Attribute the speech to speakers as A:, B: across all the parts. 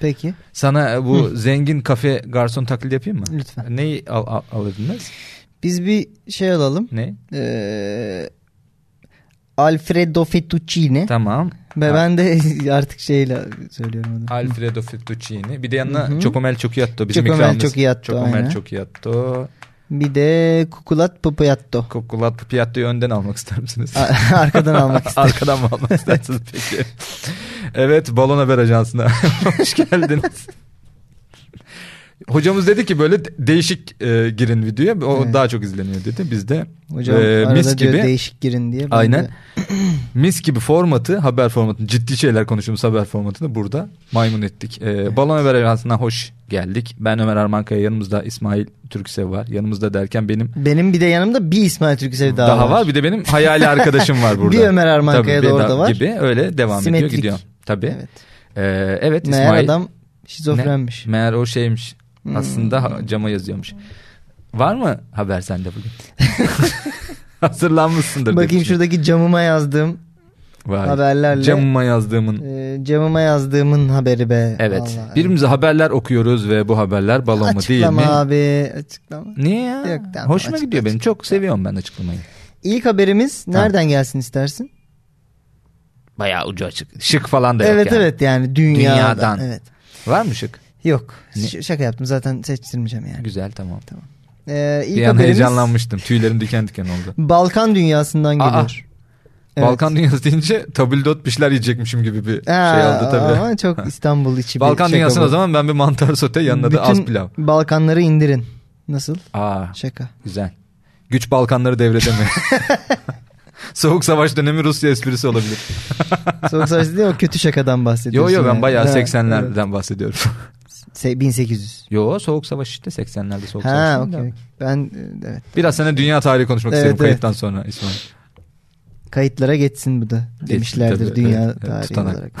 A: Peki.
B: Sana e, bu zengin kafe garson taklidi yapayım mı?
A: Lütfen.
B: Neyi al, al, alırdınız?
A: Biz bir şey alalım.
B: Ne?
A: Ee, Alfredo Fettuccine.
B: Tamam.
A: Ve ben de artık şeyle söylüyorum onu.
B: Alfredo Fettuccini. Bir de yanına
A: Hı hı.
B: Chocomel Chocchiatto bizim
A: Chocomel
B: ikramımız.
A: Chocchiatto,
B: Chocomel
A: aynen.
B: Chocchiatto.
A: Bir de kukulat papayatto.
B: Kokulat Piatto'yu önden almak ister misiniz?
A: A- Arkadan almak istedim.
B: Arkadan mı almak istersiniz peki? Evet Balon Haber Ajansı'na hoş geldiniz. Hocamız dedi ki böyle de- değişik e, girin videoya o
A: Evet.
B: daha çok izleniyor dedi. Biz de
A: Hocam
B: e,
A: arada
B: mis
A: diyor
B: gibi
A: değişik girin diye. Ben
B: Aynen.
A: de-
B: mis gibi formatı haber formatı ciddi şeyler konuştuğumuz haber formatını burada maymun ettik. E, Balon Haber Ajansı'na hoş geldik. Ben Ömer Armankaya yanımızda İsmail Türksev var. Yanımızda derken benim
A: Benim bir de yanımda bir İsmail Türksev daha,
B: daha, var. Bir de benim hayali arkadaşım var burada.
A: Bir Ömer Armankaya
B: Tabii,
A: da
B: bir
A: orada
B: da-
A: var.
B: Gibi öyle devam ediyor
A: Simetrik.
B: gidiyor. Tabii.
A: Evet.
B: Ee, evet
A: Meğer
B: İsmail.
A: adam şizofrenmiş. Hmm.
B: Ne? Meğer o şeymiş. Aslında ha- cama yazıyormuş. Var mı haber sende bugün? Hazırlanmışsındır. diye
A: Bakayım
B: düşünüyorum.
A: şuradaki camıma yazdığım,
B: Vay.
A: haberlerle-
B: Camıma yazdığımın.
A: e, camıma yazdığımın haberi be.
B: Evet.
A: Vallahi.
B: Birbirimize haberler okuyoruz ve bu haberler balon mu değil
A: açıklama
B: mi?
A: abi, açıklama.
B: Niye ya?
A: Yok, tamam,
B: Hoşuma
A: açıkla,
B: gidiyor benim. Çok seviyorum ben açıklamayı.
A: İlk haberimiz nereden gelsin istersin?
B: Bayağı ucu açık. Şık falan da yok
A: evet
B: yani.
A: evet yani dünyadan.
B: Dünyadan.
A: Evet.
B: Var mı şık?
A: Yok.
B: Ne?
A: Ş- Şaka yaptım. Zaten seçtirmeyeceğim yani.
B: Güzel tamam.
A: Ee, ilk
B: bir an
A: haberimiz
B: heyecanlanmıştım. Tüylerim diken diken oldu.
A: Balkan dünyasından
B: Aa,
A: geliyor. Evet.
B: Balkan dünyası deyince tabildot bir şeyler yiyecekmişim gibi bir
A: Aa,
B: şey oldu tabii.
A: Ama çok İstanbul içi bir
B: Balkan
A: şaka
B: dünyasına
A: bu.
B: o zaman ben bir mantar sote yanına da az pilav.
A: Balkanları indirin. Nasıl?
B: Aa
A: Şaka.
B: güzel. Güç Balkanları devrede mi? Soğuk savaş dönemi Rusya esprisi olabilir.
A: Soğuk Savaş dediğin o kötü şakadan
B: Yo
A: bahsediyorsun.
B: yo ben
A: yani.
B: bayağı
A: Ha,
B: 80'lerden bahsediyorum.
A: evet. Se- 1800.
B: yo soğuk savaş işte 80'lerde soğuk
A: Ha
B: savaş.
A: okey.
B: değil mi?
A: Ben e, evet.
B: Biraz sana dünya tarihi konuşmak
A: Evet,
B: isterim
A: evet.
B: kayıttan sonra İsmail.
A: Kayıtlara geçsin bu da demişlerdir
B: tabii,
A: dünya
B: evet, evet,
A: tarihi
B: tutanak.
A: olarak.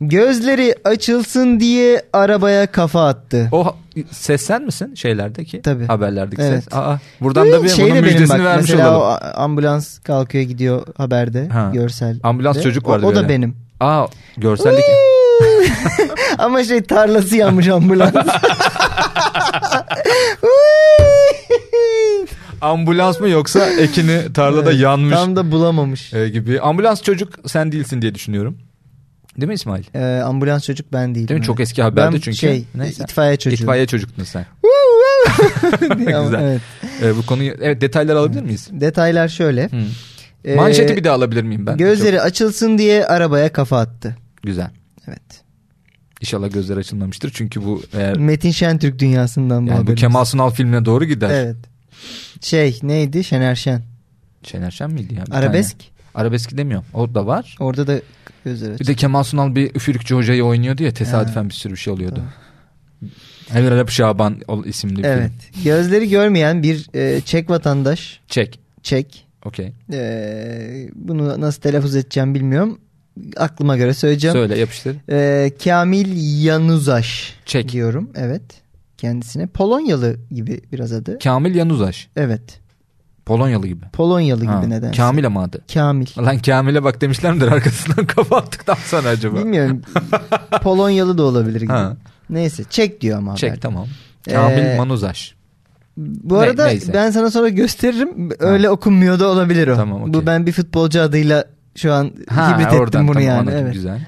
A: Gözleri açılsın diye arabaya kafa attı.
B: O ha- ses sen misin şeylerdeki?
A: Tabii.
B: Haberlerdeki ses.
A: Evet.
B: Aa, buradan da bir
A: Şey de
B: bunun
A: benim
B: müjdesini
A: bak,
B: vermiş
A: mesela
B: olalım.
A: o a- ambulans kalkıyor gidiyor haberde
B: Ha.
A: görsel.
B: Ambulans
A: de.
B: çocuk
A: O-
B: vardı
A: O, da
B: böyle.
A: benim.
B: Aa
A: Ee,
B: görseldeki.
A: Ama şey tarlası yanmış ambulans.
B: Ambulans mı yoksa ekini tarlada
A: Evet,
B: yanmış
A: Tam da bulamamış.
B: e, gibi. Ambulans çocuk sen değilsin diye düşünüyorum. Değil mi İsmail? Değil
A: Ee, ambulans çocuk ben değilim.
B: mi? Çok
A: evet.
B: eski haberde
A: Ben
B: çünkü.
A: şey
B: Neyse.
A: itfaiye çocuğu.
B: İtfaiye çocuktun sen.
A: Ama
B: Güzel.
A: evet.
B: E, bu konuyu evet detaylar alabilir miyiz?
A: Detaylar şöyle.
B: Hı.
A: Ee,
B: Hmm. Manşeti bir de alabilir miyim ben?
A: Gözleri açılsın diye arabaya kafa attı.
B: Çok güzel.
A: Evet.
B: İnşallah gözler açılmamıştır. Çünkü bu e,
A: Metin Şentürk dünyasından bu
B: yani bu
A: haberimiz.
B: Kemal Sunal filmine doğru gider.
A: Evet. Şey neydi Şener Şen.
B: Şener Şen miydi ya? Bir
A: Arabesk.
B: tane. Arabesk demiyorum. O da var.
A: Orada da gözleri
B: Bir
A: açıldı.
B: de Kemal Sunal bir üfürükçü hocayı oynuyordu ya tesadüfen bir sürü bir şey oluyordu. Emir Arap Şaban ol- isimli bir
A: Evet.
B: film.
A: Gözleri görmeyen bir e, Çek vatandaş.
B: Çek.
A: Çek.
B: Okey.
A: E, bunu nasıl telaffuz edeceğim bilmiyorum. Aklıma göre söyleyeceğim.
B: Söyle yapıştır.
A: E, Kamil Yanuzaş
B: Çek.
A: diyorum. Evet. Kendisine Polonyalı gibi biraz adı.
B: Kamil Yanuzaş.
A: Evet.
B: Polonyalı gibi.
A: Polonyalı
B: Ha,
A: gibi nedense.
B: Kamil ama adı.
A: Kamil.
B: Lan Kamil'e bak demişler midir arkasından kafa attıktan sonra acaba?
A: Bilmiyorum. Polonyalı da olabilir gibi.
B: Ha.
A: Neyse çek diyor ama
B: Çek
A: haberde.
B: tamam. Kamil
A: Ee,
B: Manuzaş.
A: Bu
B: Ne-
A: arada
B: neyse.
A: ben sana sonra gösteririm. Öyle okunmuyor da olabilir o.
B: Tamam, okey.
A: Bu ben bir futbolcu adıyla şu an hibrit ettim bunu yani.
B: anladım,
A: evet.
B: Güzel.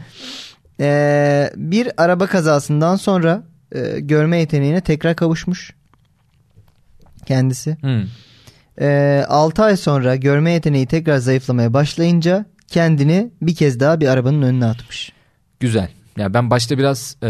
A: Ee, bir araba kazasından sonra e, görme yeteneğine tekrar kavuşmuş kendisi.
B: Hı.
A: Ee, 6 ay sonra görme yeteneği tekrar zayıflamaya başlayınca kendini bir kez daha bir arabanın önüne atmış.
B: Güzel. Ya ben başta biraz e,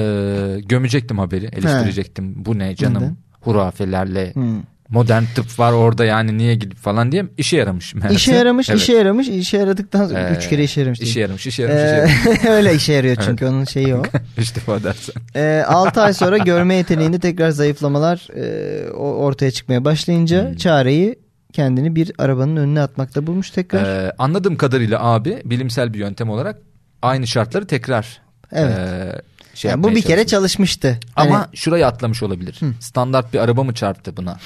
B: gömecektim haberi, eleştirecektim. Bu ne canım?
A: Neden?
B: Hurafelerle
A: Hmm.
B: modern tıp var orada yani niye gidip falan diye işe yaramış. meğerse.
A: İşe yaramış,
B: Evet.
A: işe yaramış, işe yaradıktan sonra
B: Ee,
A: 3 kere işe yaramış.
B: İşe
A: değil.
B: yaramış, işe yaramış, işe
A: Ee,
B: yaramış.
A: öyle işe yarıyor çünkü onun şeyi o.
B: Üç defa dersen.
A: Ee, 6 ay sonra görme yeteneğinde tekrar zayıflamalar e, o- ortaya çıkmaya
B: Hmm.
A: başlayınca çareyi kendini bir arabanın önüne atmakta bulmuş tekrar.
B: Ee, anladığım kadarıyla abi bilimsel bir yöntem olarak aynı şartları tekrar
A: Evet.
B: e, şey
A: Yani
B: yapmaya
A: bu bir kere
B: çalışıyor.
A: çalışmıştı. Hani-
B: ama şurayı atlamış olabilir. Standart bir araba mı çarptı buna?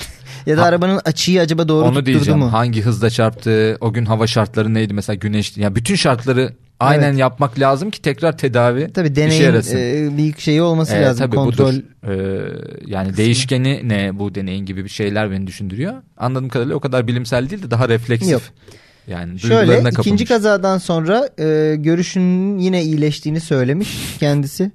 A: ya da arabanın açıyı acaba doğru
B: Onu
A: tutturdu
B: diyeceğim.
A: mu?
B: Hangi hızda çarptı? O gün hava şartları neydi mesela güneş? Ya bütün şartları Aynen
A: Evet.
B: yapmak lazım ki tekrar tedavi
A: Tabii
B: işe
A: deneyin
B: yarasın.
A: e, bir şeyi olması
B: Ee,
A: lazım.
B: tabii
A: Kontrol
B: budur. Ee, yani değişkeni ne bu deneyin gibi bir şeyler beni düşündürüyor. Anladığım kadarıyla o kadar bilimsel değil de daha refleksif.
A: Yok.
B: Yani
A: Şöyle
B: duygularına
A: ikinci
B: kapılmış.
A: kazadan sonra e, görüşünün yine iyileştiğini söylemiş kendisi.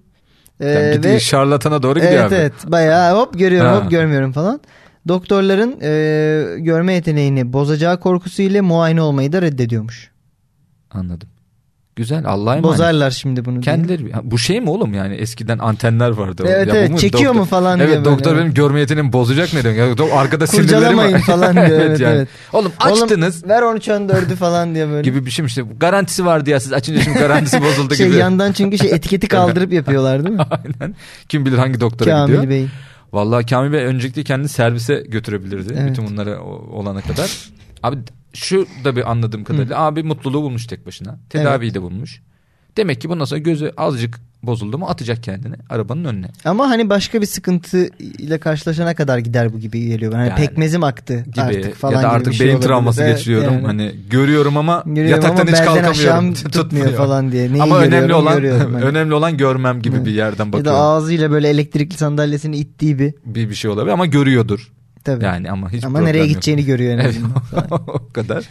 A: E,
B: Yani gidiyor,
A: ve
B: şarlatana doğru gidiyor
A: evet
B: abi.
A: evet bayağı hop görüyorum
B: Ha.
A: hop görmüyorum falan. Doktorların e, görme yeteneğini bozacağı korkusuyla muayene olmayı da reddediyormuş.
B: Anladım. Güzel Allah'a emanet.
A: Bozarlar şimdi bunu. diye.
B: Kendileri Ha, bu şey mi oğlum yani eskiden antenler vardı.
A: Evet,
B: Ya bu
A: evet, çekiyor mu falan diye
B: Evet
A: böyle.
B: doktor benim görme yeteneğimi bozacak ne demek? Ya, do- arkada sinirlerim
A: Kurcalamayın falan diyor. evet,
B: yani.
A: evet.
B: Oğlum
A: Oğlum,
B: açtınız
A: ver 13 14'ü falan diye böyle.
B: gibi bir şey mi işte garantisi vardı ya siz açınca şimdi garantisi bozuldu
A: şey
B: gibi.
A: yandan çünkü şey etiketi kaldırıp yapıyorlar değil mi?
B: Aynen. Kim bilir hangi doktora gidiyor.
A: Kamil Bey.
B: Vallahi Kamil Bey öncelikle kendini servise götürebilirdi.
A: Evet.
B: Bütün bunlara o- olana kadar. Abi şu da bir anladığım kadarıyla abi mutluluğu bulmuş tek başına. Tedaviyi de bulmuş. Demek ki bundan sonra gözü azıcık bozuldu mu atacak kendini arabanın önüne.
A: Ama hani başka bir sıkıntı ile karşılaşana kadar gider bu gibi geliyor. bana. Hani
B: Yani.
A: pekmezim aktı
B: Gibi.
A: artık falan
B: ya da artık
A: gibi bir şey
B: beyin
A: olabilir.
B: travması
A: Evet,
B: geçiriyorum.
A: yani.
B: Hani görüyorum ama
A: Görüyorum
B: yataktan
A: ama
B: hiç
A: belden
B: kalkamıyorum.
A: aşağım tutmuyor falan diye. Neyi
B: ama önemli
A: görüyorum,
B: olan
A: görüyorum hani.
B: önemli olan görmem gibi
A: Evet.
B: bir yerden
A: Ya da
B: bakıyorum.
A: ağzıyla böyle elektrikli sandalyesini ittiği bir.
B: Bir bir şey olabilir ama görüyordur.
A: Tabii.
B: Yani ama hiç
A: ama
B: problem
A: nereye
B: yok.
A: gideceğini görüyor en
B: Evet,
A: azından. falan.
B: o kadar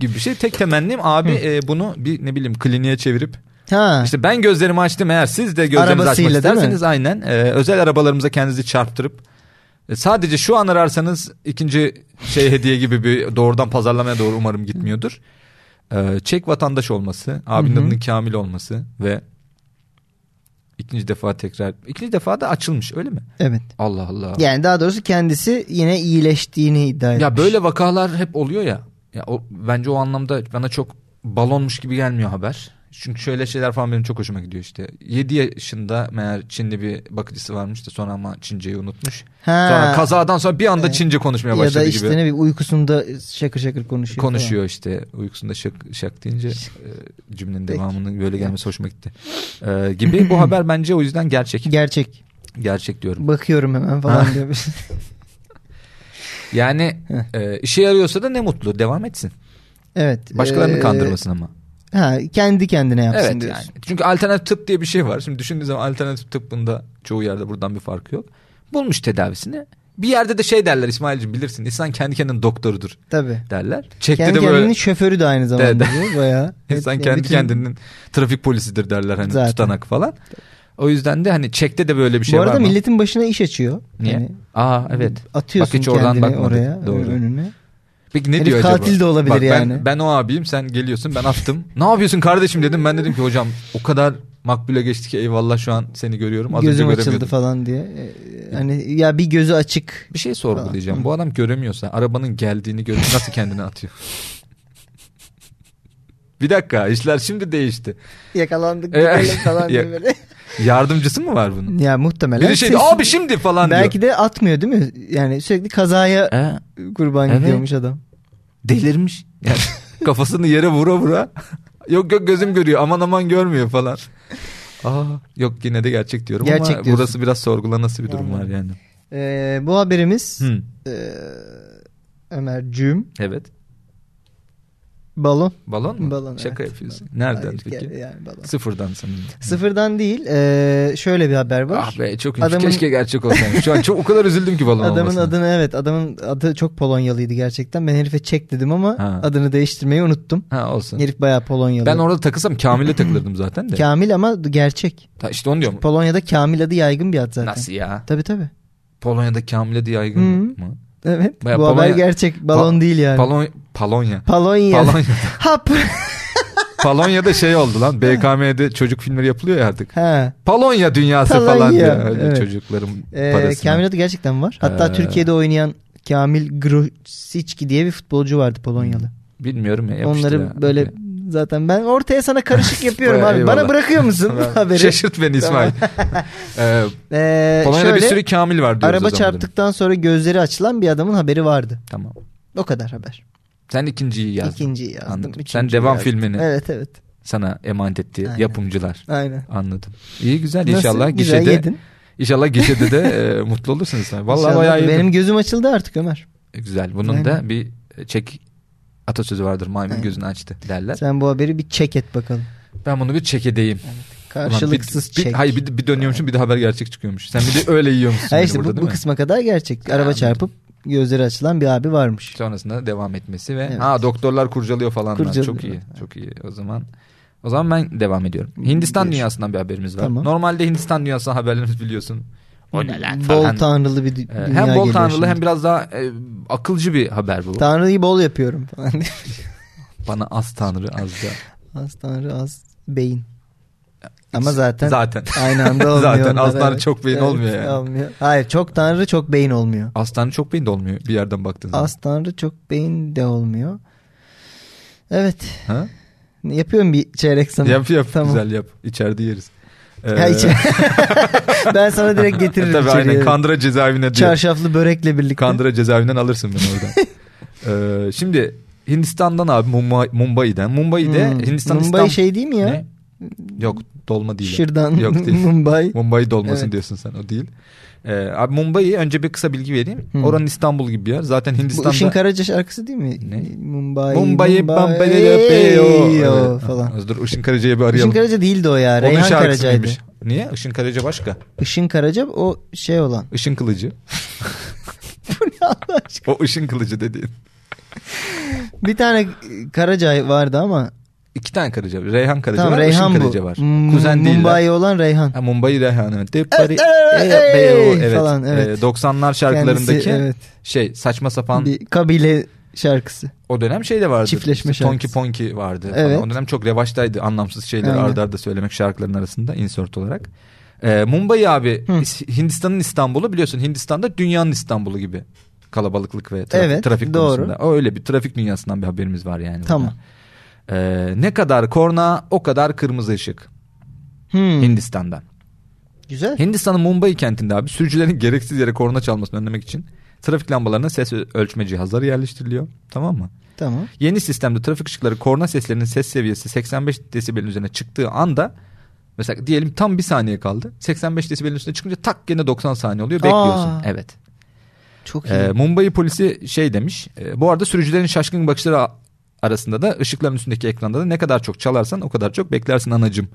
B: gibi bir şey. Tek temennim abi e, bunu bir ne bileyim kliniğe çevirip
A: Ha.
B: işte ben gözlerimi açtım eğer siz de gözlerinizi açmak
A: Arabasıyla, değil mi?
B: isterseniz aynen e, özel arabalarımıza kendinizi çarptırıp e, sadece şu an ararsanız ikinci şey hediye gibi bir doğrudan pazarlamaya doğru umarım gitmiyordur. E, Çek vatandaş olması, abinin
A: Hı hı.
B: adının Kamil olması ve ikinci defa tekrar ikinci defa da açılmış öyle mi?
A: Evet.
B: Allah Allah.
A: Yani daha doğrusu kendisi yine iyileştiğini iddia etmiş.
B: Ya böyle vakalar hep oluyor ya. Ya o, bence o anlamda bana çok balonmuş gibi gelmiyor haber. Çünkü şöyle şeyler falan benim çok hoşuma gidiyor işte. 7 yaşında meğer Çinli bir bakıcısı varmış da sonra ama Çince'yi unutmuş.
A: Ha.
B: Sonra kazadan sonra bir anda
A: Evet.
B: Çince konuşmaya
A: ya
B: başladı
A: da işte
B: gibi.
A: ne bileyim uykusunda şakır şakır konuşuyor. falan.
B: Konuşuyor işte uykusunda şak, şak deyince e, cümlenin
A: Peki.
B: devamının böyle gelmesi hoşuma gitti. Ee, gibi bu haber bence o yüzden gerçek.
A: Gerçek.
B: Gerçek diyorum.
A: Bakıyorum hemen falan diyor.
B: Yani e, işe yarıyorsa da ne mutlu devam etsin.
A: evet.
B: Başkalarını
A: Ee,
B: kandırmasın ama.
A: Ha, kendi kendine yapsın
B: Evet
A: diyorsun.
B: yani. Çünkü alternatif tıp diye bir şey var. Şimdi düşündüğün zaman alternatif tıbbında çoğu yerde buradan bir farkı yok. Bulmuş tedavisini. Bir yerde de şey derler İsmail'cim bilirsin. İnsan kendi kendinin doktorudur
A: Tabii.
B: derler. Çekte
A: Kendi
B: de
A: kendinin
B: böyle
A: şoförü de aynı zamanda
B: Evet.
A: bu bayağı.
B: insan
A: Evet,
B: kendi
A: bütün-
B: kendinin trafik polisidir derler hani
A: Zaten.
B: tutanak falan. O yüzden de hani çekte de böyle bir şey
A: bu arada
B: var mı?
A: milletin başına iş açıyor.
B: Niye?
A: Yani
B: Aa evet.
A: atıyorsun
B: Bak hiç oradan
A: kendini
B: bakmadık.
A: oraya e,
B: Doğru.
A: önüne.
B: Peki ne
A: Herif
B: diyor acaba?
A: katil de olabilir
B: Bak, Ben,
A: yani.
B: ben o abiyim sen geliyorsun ben attım. ne yapıyorsun kardeşim dedim. Ben dedim ki hocam o kadar makbule geçti ki eyvallah şu an seni görüyorum. Az
A: Gözüm
B: önce
A: açıldı
B: göremiyordum.
A: falan diye. Ee, Hani ya bir gözü açık.
B: Bir şey sorgulayacağım. Bu adam göremiyorsa arabanın geldiğini görüp nasıl kendini atıyor? bir dakika işler şimdi değişti.
A: Yakalandık
B: Evet.
A: gidelim falan diye böyle.
B: Yardımcısı mı var bunun?
A: ya muhtemelen.
B: Biri şey diyor,
A: sesi-
B: abi şimdi falan
A: Belki
B: diyor.
A: de atmıyor değil mi? Yani sürekli kazaya
B: He,
A: kurban
B: Evet.
A: gidiyormuş adam.
B: delirmiş. Yani kafasını yere vura vura. yok yok gözüm görüyor aman aman görmüyor falan. Aa, yok yine de gerçek diyorum
A: Gerçek
B: ama
A: diyorsun.
B: burası biraz sorgulanası bir durum var
A: Anladım.
B: yani.
A: Ee, bu haberimiz
B: Hı,
A: ee, Ömer'cüğüm
B: evet.
A: balon.
B: Balon mu?
A: Balon,
B: Şaka
A: evet.
B: yapıyorsun. Nereden
A: Hayır,
B: peki?
A: gel- yani balon.
B: Sıfırdan sanırım.
A: Sıfırdan değil. ee, şöyle bir haber var.
B: Ah be çok
A: Adamın-
B: üzücü. Keşke gerçek olsaymış. Şu an çok o kadar üzüldüm ki balon
A: Adamın
B: olmasına.
A: adını evet adamın adı çok Polonyalıydı gerçekten. Ben herife çek dedim ama
B: Ha.
A: adını değiştirmeyi unuttum.
B: Ha olsun.
A: Herif bayağı Polonyalı.
B: Ben orada takılsam Kamil'e takılırdım zaten de.
A: Kamil ama gerçek.
B: Ta- işte onu diyorum.
A: Polonya'da Kamil adı yaygın bir ad zaten.
B: Nasıl ya?
A: Tabii tabii.
B: Polonya'da Kamil'e diye yaygın
A: Hı.
B: mı?
A: Evet.
B: Bayağı
A: Bu haber
B: Polonya-
A: gerçek. Balon değil yani.
B: Palon Polonya.
A: Polonya.
B: Polonya.
A: Hap.
B: Polonya'da şey oldu lan. BKM'de çocuk filmleri yapılıyor ya artık.
A: ha.
B: Polonya dünyası
A: Polonya,
B: falan diyor. Öyle
A: evet.
B: çocukların
A: Ee,
B: parası.
A: Kamil adı gerçekten var. Hatta
B: Ee.
A: Türkiye'de oynayan Kamil Grosicki diye bir futbolcu vardı Polonyalı.
B: Bilmiyorum ya. yapıştı
A: Onları
B: ya.
A: böyle zaten ben ortaya sana karışık yapıyorum
B: Bayağı
A: abi. Bana
B: eyvallah.
A: bırakıyor musun
B: Ben-
A: haberi?
B: Şaşırt beni İsmail. Ee,
A: Ee,
B: Polonya'da
A: şöyle,
B: bir sürü Kamil var diyoruz o
A: Araba
B: zaman.
A: çarptıktan sonra gözleri açılan bir adamın haberi vardı.
B: Tamam.
A: O kadar haber.
B: Sen ikinciyi yazdın.
A: İkinciyi yazdım.
B: Anladım. Sen
A: üçüncüyü
B: devam
A: yazdım.
B: filmini.
A: Evet evet.
B: Sana emanet ettiği
A: Aynen.
B: yapımcılar.
A: Aynen.
B: Anladım. İyi güzel
A: Nasıl?
B: inşallah
A: Güzel
B: gişede.
A: yedin.
B: İnşallah gişede de e, mutlu olursunuz. sen. Vallahi
A: İnşallah.
B: bayağı iyi.
A: Benim gözüm açıldı artık Ömer.
B: güzel. Bunun
A: Aynen.
B: da bir çek atasözü vardır. Maymun
A: Aynen.
B: gözünü açtı derler.
A: Sen bu haberi bir çek et bakalım.
B: Ben bunu bir çek edeyim. Ulan bir-
A: Karşılıksız
B: bir,
A: çek.
B: hayır bir, bir dönüyormuşum bir de haber gerçek çıkıyormuş. Sen bir de öyle yiyormuşsun.
A: Ha
B: beni
A: işte
B: burada,
A: bu,
B: değil
A: bu
B: mi?
A: kısma kadar gerçek. Araba
B: Anladım.
A: çarpıp gözleri açılan bir abi varmış.
B: Sonrasında devam etmesi ve
A: Evet.
B: ha doktorlar kurcalıyor falan. lan.
A: Kurcalıyor.
B: Çok iyi. Çok iyi. O zaman o zaman ben devam ediyorum. Hindistan
A: Buyur.
B: dünyasından bir haberimiz var.
A: Tamam.
B: Normalde Hindistan dünyasından haberlerimiz biliyorsun. O ne lan
A: Bol
B: falan.
A: tanrılı bir dü-
B: Ee,
A: dünya
B: hem bol
A: geliyor
B: tanrılı
A: şimdi.
B: hem biraz daha e, akılcı bir haber bu.
A: Tanrıyı bol yapıyorum falan. diye.
B: Bana az tanrı az da.
A: az tanrı az beyin. Ama zaten
B: Zaten.
A: aynı anda olmuyor.
B: Zaten az
A: onlar,
B: tanrı çok beyin olmuyor yani.
A: olmuyor. Hayır çok tanrı çok beyin olmuyor.
B: Az tanrı çok beyin de olmuyor bir yerden baktığın zaman.
A: Az tanrı çok beyin de olmuyor. Evet.
B: Ha?
A: Yapıyorum bir çeyrek sana.
B: Yap yap
A: Tamam.
B: güzel yap. İçeride yeriz. Ee,
A: Ha, içe- ben sana direkt getiririm
B: Tabii
A: içeriye.
B: aynen Kandıra cezaevine diyor.
A: Çarşaflı börekle birlikte.
B: Kandıra cezaevinden alırsın beni oradan. Ee, şimdi Hindistan'dan abi Mumbai- Mumbai'den. Mumbai'de
A: Hmm.
B: Hindistan
A: Mumbai
B: İstanbul-
A: şey değil mi ya?
B: Ne? Yok dolma değil.
A: Şırdan,
B: Yok değil.
A: Mumbai.
B: Mumbai dolmasın
A: Evet.
B: diyorsun sen o değil. Ee, abi Mumbai'ye önce bir kısa bilgi vereyim.
A: Hmm.
B: Oranın İstanbul gibi bir yer. Zaten
A: Bu Işın
B: Hindistan'da
A: Karaca şarkısı değil mi?
B: Ne?
A: Mumbai.
B: Mumbai
A: yo
B: Bambaleo
A: falan.
B: Dur Işın Karaca'yı bir
A: Işın
B: arayalım.
A: Karaca değildi o ya.
B: Onun
A: Reyhan Karaca'ydı.
B: şarkısıymış. Niye? Işın Karaca başka.
A: Işın Karaca o şey olan.
B: Işın Kılıcı.
A: Bu ne Allah aşkına?
B: O Işın Kılıcı dediğin.
A: Bir tane Karaca vardı ama.
B: İki tane Karaca var. Reyhan Karaca
A: tamam
B: var.
A: Reyhan
B: Işın
A: bu.
B: Karaca var.
A: M-
B: Kuzen değiller.
A: Mumbai olan Reyhan.
B: Ha, Mumbai Reyhan'ı. Evet,
A: evet, evet,
B: evet.
A: falan, evet.
B: Ee, 90'lar şarkılarındaki
A: Kendisi, evet.
B: şey saçma sapan
A: Bir kabile şarkısı.
B: o dönem şey de vardı.
A: Çiftleşme
B: İşte Tonki
A: şarkısı.
B: Ponki vardı. falan.
A: Evet.
B: O dönem çok revaçtaydı anlamsız şeyleri
A: Aynen.
B: ardarda arda söylemek şarkıların arasında insert olarak. Ee, Mumbai abi
A: Hı.
B: İs- Hindistan'ın İstanbul'u biliyorsun Hindistan'da dünyanın İstanbul'u gibi kalabalıklık ve trafik,
A: Evet,
B: trafik
A: doğru.
B: konusunda. O öyle bir trafik dünyasından bir haberimiz var yani.
A: Tamam.
B: burada. Ee, ne kadar korna o kadar kırmızı ışık
A: Hmm.
B: Hindistan'dan.
A: Güzel.
B: Hindistan'ın Mumbai kentinde abi sürücülerin gereksiz yere korna çalmasını önlemek için trafik lambalarına ses ölçme cihazları yerleştiriliyor. Tamam mı?
A: Tamam.
B: Yeni sistemde trafik ışıkları korna seslerinin ses seviyesi 85 desibelin üzerine çıktığı anda mesela diyelim tam bir saniye kaldı. 85 desibelin üstüne çıkınca tak gene 90 saniye oluyor. Bekliyorsun.
A: Aa.
B: Evet.
A: Çok iyi.
B: Ee, Mumbai polisi şey demiş. e, bu arada sürücülerin şaşkın bakışları a- arasında da ışıkların üstündeki ekranda da ne kadar çok çalarsan o kadar çok beklersin anacım.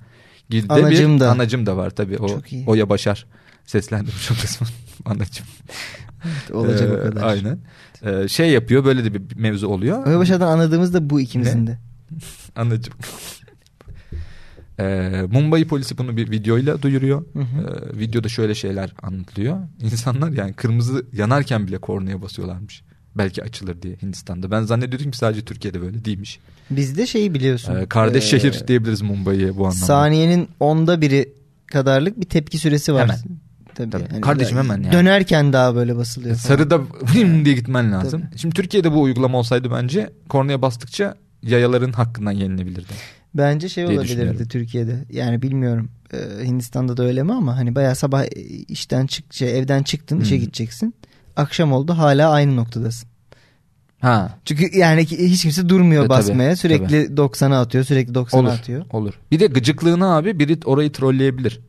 B: Gibi de
A: Anacım
B: bir,
A: da.
B: Anacım da var tabii. O,
A: Çok iyi.
B: Oya Başar seslendirmiş o kısmı. anacım.
A: Olacak
B: Ee,
A: o kadar.
B: Aynen. Ee, şey yapıyor böyle de bir bir mevzu oluyor.
A: Öbeşa'dan anladığımız da bu ikimizin de.
B: Anacım. Ee, Mumbai polisi bunu bir videoyla duyuruyor.
A: Hı hı.
B: Ee, videoda şöyle şeyler anlatılıyor. İnsanlar yani kırmızı yanarken bile kornaya basıyorlarmış. Belki açılır diye Hindistan'da. Ben zannediyordum ki sadece Türkiye'de böyle değilmiş.
A: Bizde şeyi biliyorsun.
B: Ee, kardeş
A: Ee,
B: şehir diyebiliriz Mumbai'ye bu anlamda. E,
A: Saniyenin onda biri kadarlık bir tepki süresi var.
B: Hemen.
A: Tabii.
B: Tabii.
A: Yani
B: Kardeşim
A: böyle
B: hemen yani.
A: Dönerken daha böyle basılıyor. falan.
B: Sarıda vim diye gitmen lazım. Şimdi Türkiye'de bu uygulama olsaydı bence kornaya bastıkça yayaların hakkından yenilebilirdi.
A: Bence şey
B: diye
A: olabilirdi
B: düşünüyorum.
A: Türkiye'de. Yani bilmiyorum. Ee, Hindistan'da da öyle mi ama hani bayağı sabah e, işten çık şey, evden çıktın işe
B: Hı.
A: gideceksin. Akşam oldu hala aynı noktadasın.
B: Ha
A: Çünkü yani ki- hiç kimse durmuyor
B: E, tabii,
A: basmaya. sürekli 90'a atıyor, sürekli 90'a
B: Olur.
A: atıyor.
B: Olur. Bir de gıcıklığına abi biri orayı trolleyebilir.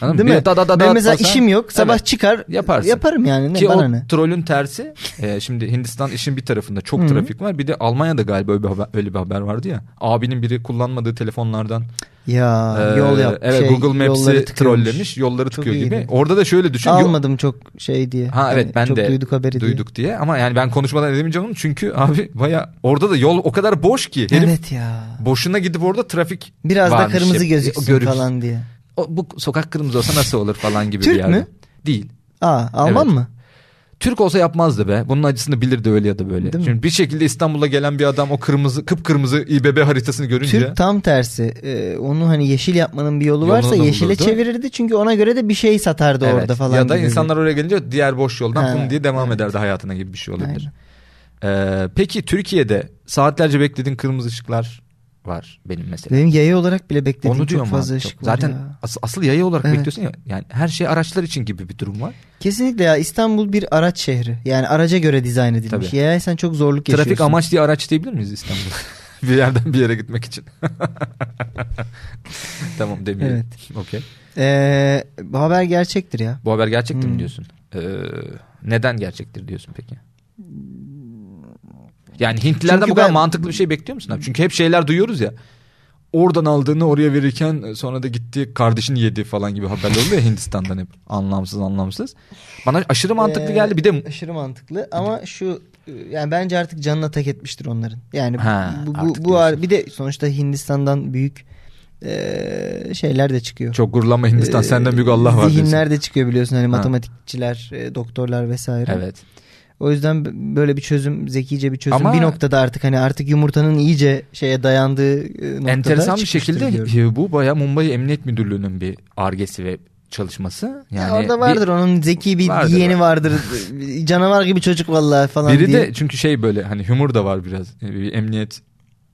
B: Anladın mı?
A: Değil
B: Bir
A: mi?
B: de da da da da
A: Benim mesela
B: atlasa-
A: işim yok. Sabah
B: Evet.
A: çıkar
B: Yaparsın.
A: yaparım yani. Ne,
B: Ki
A: bana
B: o
A: ne?
B: trolün tersi e, şimdi Hindistan işin bir tarafında çok
A: Hı.
B: trafik var. Bir de Almanya'da galiba öyle bir haber, öyle bir haber vardı ya. Abinin biri kullanmadığı telefonlardan
A: Ya
B: e,
A: yol yap.
B: evet,
A: şey,
B: Google
A: yolları
B: Maps'i
A: tıkıyormuş.
B: trollemiş yolları
A: Çok
B: tıkıyor gibi.
A: iyiydi.
B: Orada da şöyle düşün. yo-
A: Almadım çok şey diye.
B: Ha
A: Yani
B: evet ben
A: çok
B: de
A: duyduk haberi
B: duyduk diye. ama yani ben konuşmadan edemeyeceğim onu çünkü abi baya orada da yol o kadar boş ki
A: diye.
B: herif
A: Evet ya.
B: boşuna gidip orada trafik
A: Biraz da
B: varmış
A: kırmızı
B: hep.
A: gözüksün
B: Görürsün.
A: falan diye.
B: O, bu sokak kırmızı olsa nasıl olur falan gibi
A: Türk
B: bir yerde.
A: mü?
B: Değil.
A: Aa Alman
B: Evet.
A: mı?
B: Türk olsa yapmazdı be. Bunun acısını bilirdi öyle ya da böyle.
A: Değil mi?
B: Şimdi bir şekilde İstanbul'a gelen bir adam o kırmızı kıpkırmızı İBB haritasını görünce
A: Türk tam tersi. Ee, onu hani yeşil yapmanın bir yolu
B: Yolunu
A: varsa
B: da
A: yeşile
B: bulurdu.
A: çevirirdi. Çünkü ona göre de bir şey satardı
B: Evet.
A: orada falan.
B: ya da
A: gibi.
B: insanlar oraya gelince diğer boş yoldan
A: Ha,
B: pum diye devam ederdi hayatına gibi bir şey olabilir.
A: Aynen.
B: Ee, peki Türkiye'de saatlerce beklediğin kırmızı ışıklar var benim mesela.
A: Benim yayı olarak bile beklediğim
B: Onu diyorum
A: çok fazla
B: abi, çok.
A: ışık var
B: Zaten
A: ya.
B: as- asıl yaya olarak
A: Evet.
B: bekliyorsun ya. Yani her şey araçlar için gibi bir durum var.
A: Kesinlikle ya İstanbul bir araç şehri. Yani araca göre dizayn edilmiş.
B: Tabii.
A: Ya sen çok zorluk yaşıyorsun.
B: Trafik amaç diye araç diyebilir miyiz İstanbul'da? bir yerden bir yere gitmek için. tamam demeyelim. Okey.
A: Ee, bu haber gerçektir ya.
B: Bu haber gerçektir
A: Hmm.
B: mi diyorsun? Ee, neden gerçektir diyorsun peki? Yani Hintlilerden
A: Çünkü
B: bu kadar
A: ben-
B: mantıklı bir şey bekliyor musun abi? Çünkü hep şeyler duyuyoruz ya. oradan aldığını oraya verirken e, sonra da gitti kardeşini yedi falan gibi haberler oluyor ya Hindistan'dan hep anlamsız anlamsız. Bana aşırı mantıklı
A: Ee,
B: geldi bir de
A: aşırı mantıklı ama şu e, yani bence artık canına tak etmiştir onların. Yani
B: Ha,
A: bu bu,
B: artık
A: bu ar-
B: diyorsun.
A: bir de sonuçta Hindistan'dan büyük e, şeyler de çıkıyor.
B: çok gururlanma Hindistan
A: E,
B: senden büyük Allah var diyorsun.
A: Zihinler de çıkıyor biliyorsun hani matematikçiler, e, doktorlar vesaire.
B: Evet.
A: O yüzden b- böyle bir çözüm, zekice bir çözüm
B: Ama-
A: bir noktada artık hani artık yumurtanın iyice şeye dayandığı e, noktada
B: Enteresan bir
A: çıkmıştır
B: şekilde
A: diyorum.
B: e, bu bayağı Mumbai Emniyet Müdürlüğü'nün bir argesi ve çalışması. Yani
A: Ya orada
B: bir-
A: vardır onun zeki bir
B: Vardır,
A: yeğeni vardır. Canavar gibi çocuk vallahi falan
B: Biri
A: diye.
B: de çünkü şey böyle hani humor da var biraz. E, bir emniyet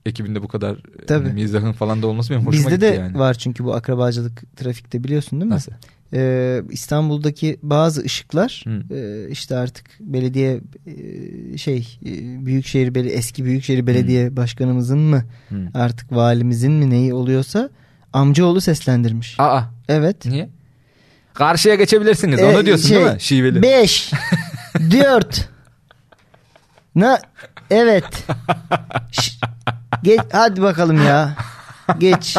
B: ekibinde bu kadar e,
A: Tabii.
B: hani mizahın falan da olması benim hoşuma
A: Bizde de
B: gitti yani.
A: var çünkü bu akrabacılık trafikte biliyorsun değil mi?
B: Nasıl?
A: Ee, İstanbul'daki bazı ışıklar
B: Hı.
A: e, işte artık belediye e, şey e, büyükşehir beli eski büyükşehir belediye başkanımızın mı
B: Hı.
A: artık valimizin mi neyi oluyorsa amcaoğlu seslendirmiş.
B: Aa
A: evet.
B: niye? Karşıya geçebilirsiniz.
A: Ee,
B: Onu diyorsun
A: şey,
B: değil mi? Şiveli.
A: 5 4 Ne? Evet. Şş, Geç hadi bakalım ya. Geç.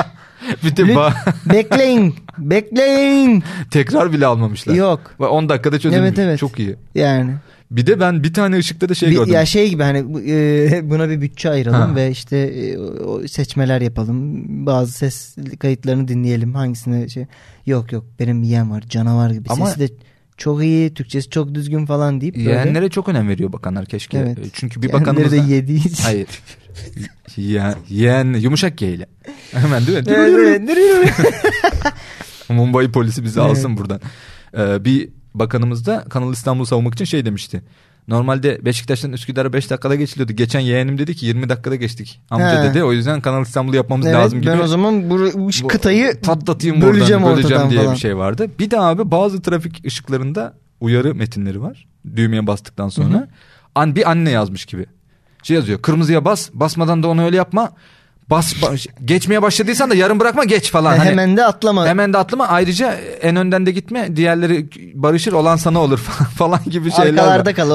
B: bir de ba-
A: Bekleyin. Bekleyin.
B: tekrar bile almamışlar.
A: Yok.
B: Ve 10 dakikada çözülmüş.
A: Evet, evet.
B: Çok iyi.
A: Yani
B: Bir de ben bir tane ışıkta da şey
A: bir,
B: gördüm.
A: ya şey gibi hani bu- e, buna bir bütçe ayıralım
B: Ha.
A: ve işte e, o- o seçmeler yapalım. Bazı ses kayıtlarını dinleyelim. Hangisine şey yok yok benim yiyen var canavar gibi.
B: Ama-
A: Sesi de çok iyi, Türkçesi çok düzgün falan deyip böyle.
B: Yeğenlere çok önem veriyor bakanlar keşke.
A: Evet.
B: E, Çünkü bir
A: Yeğenleri
B: bakanımız
A: de
B: da-
A: yediği için.
B: Hayır. Yeğen, yeğen yumuşak G ile. Hemen değil mi?
A: Evet, evet.
B: Mumbai polisi bizi
A: Evet.
B: alsın buradan. Ee, bir bakanımız da Kanal İstanbul'u savunmak için şey demişti. Normalde Beşiktaş'tan Üsküdar'a 5 dakikada geçiliyordu. Geçen yeğenim dedi ki 20 dakikada geçtik. Amca
A: He.
B: dedi. O yüzden Kanal İstanbul'u yapmamız
A: Evet,
B: lazım gibi.
A: Ben o zaman bu, bu iş
B: Bu-
A: kıtayı
B: patlatayım
A: böleceğim
B: oradan, böleceğim
A: ortadan
B: diye
A: falan.
B: bir şey vardı. Bir de abi bazı trafik ışıklarında uyarı metinleri var. Düğmeye bastıktan sonra an bir anne yazmış gibi. Şey yazıyor. Kırmızıya bas, basmadan da onu öyle yapma. Bas, ba- geçmeye başladıysan da yarım bırakma geç falan.
A: E,
B: Hani-
A: hemen de atlama.
B: Hemen de atlama. Ayrıca en önden de gitme. Diğerleri barışır olan sana olur falan- falan gibi şeyler. var.
A: Arkalarda kal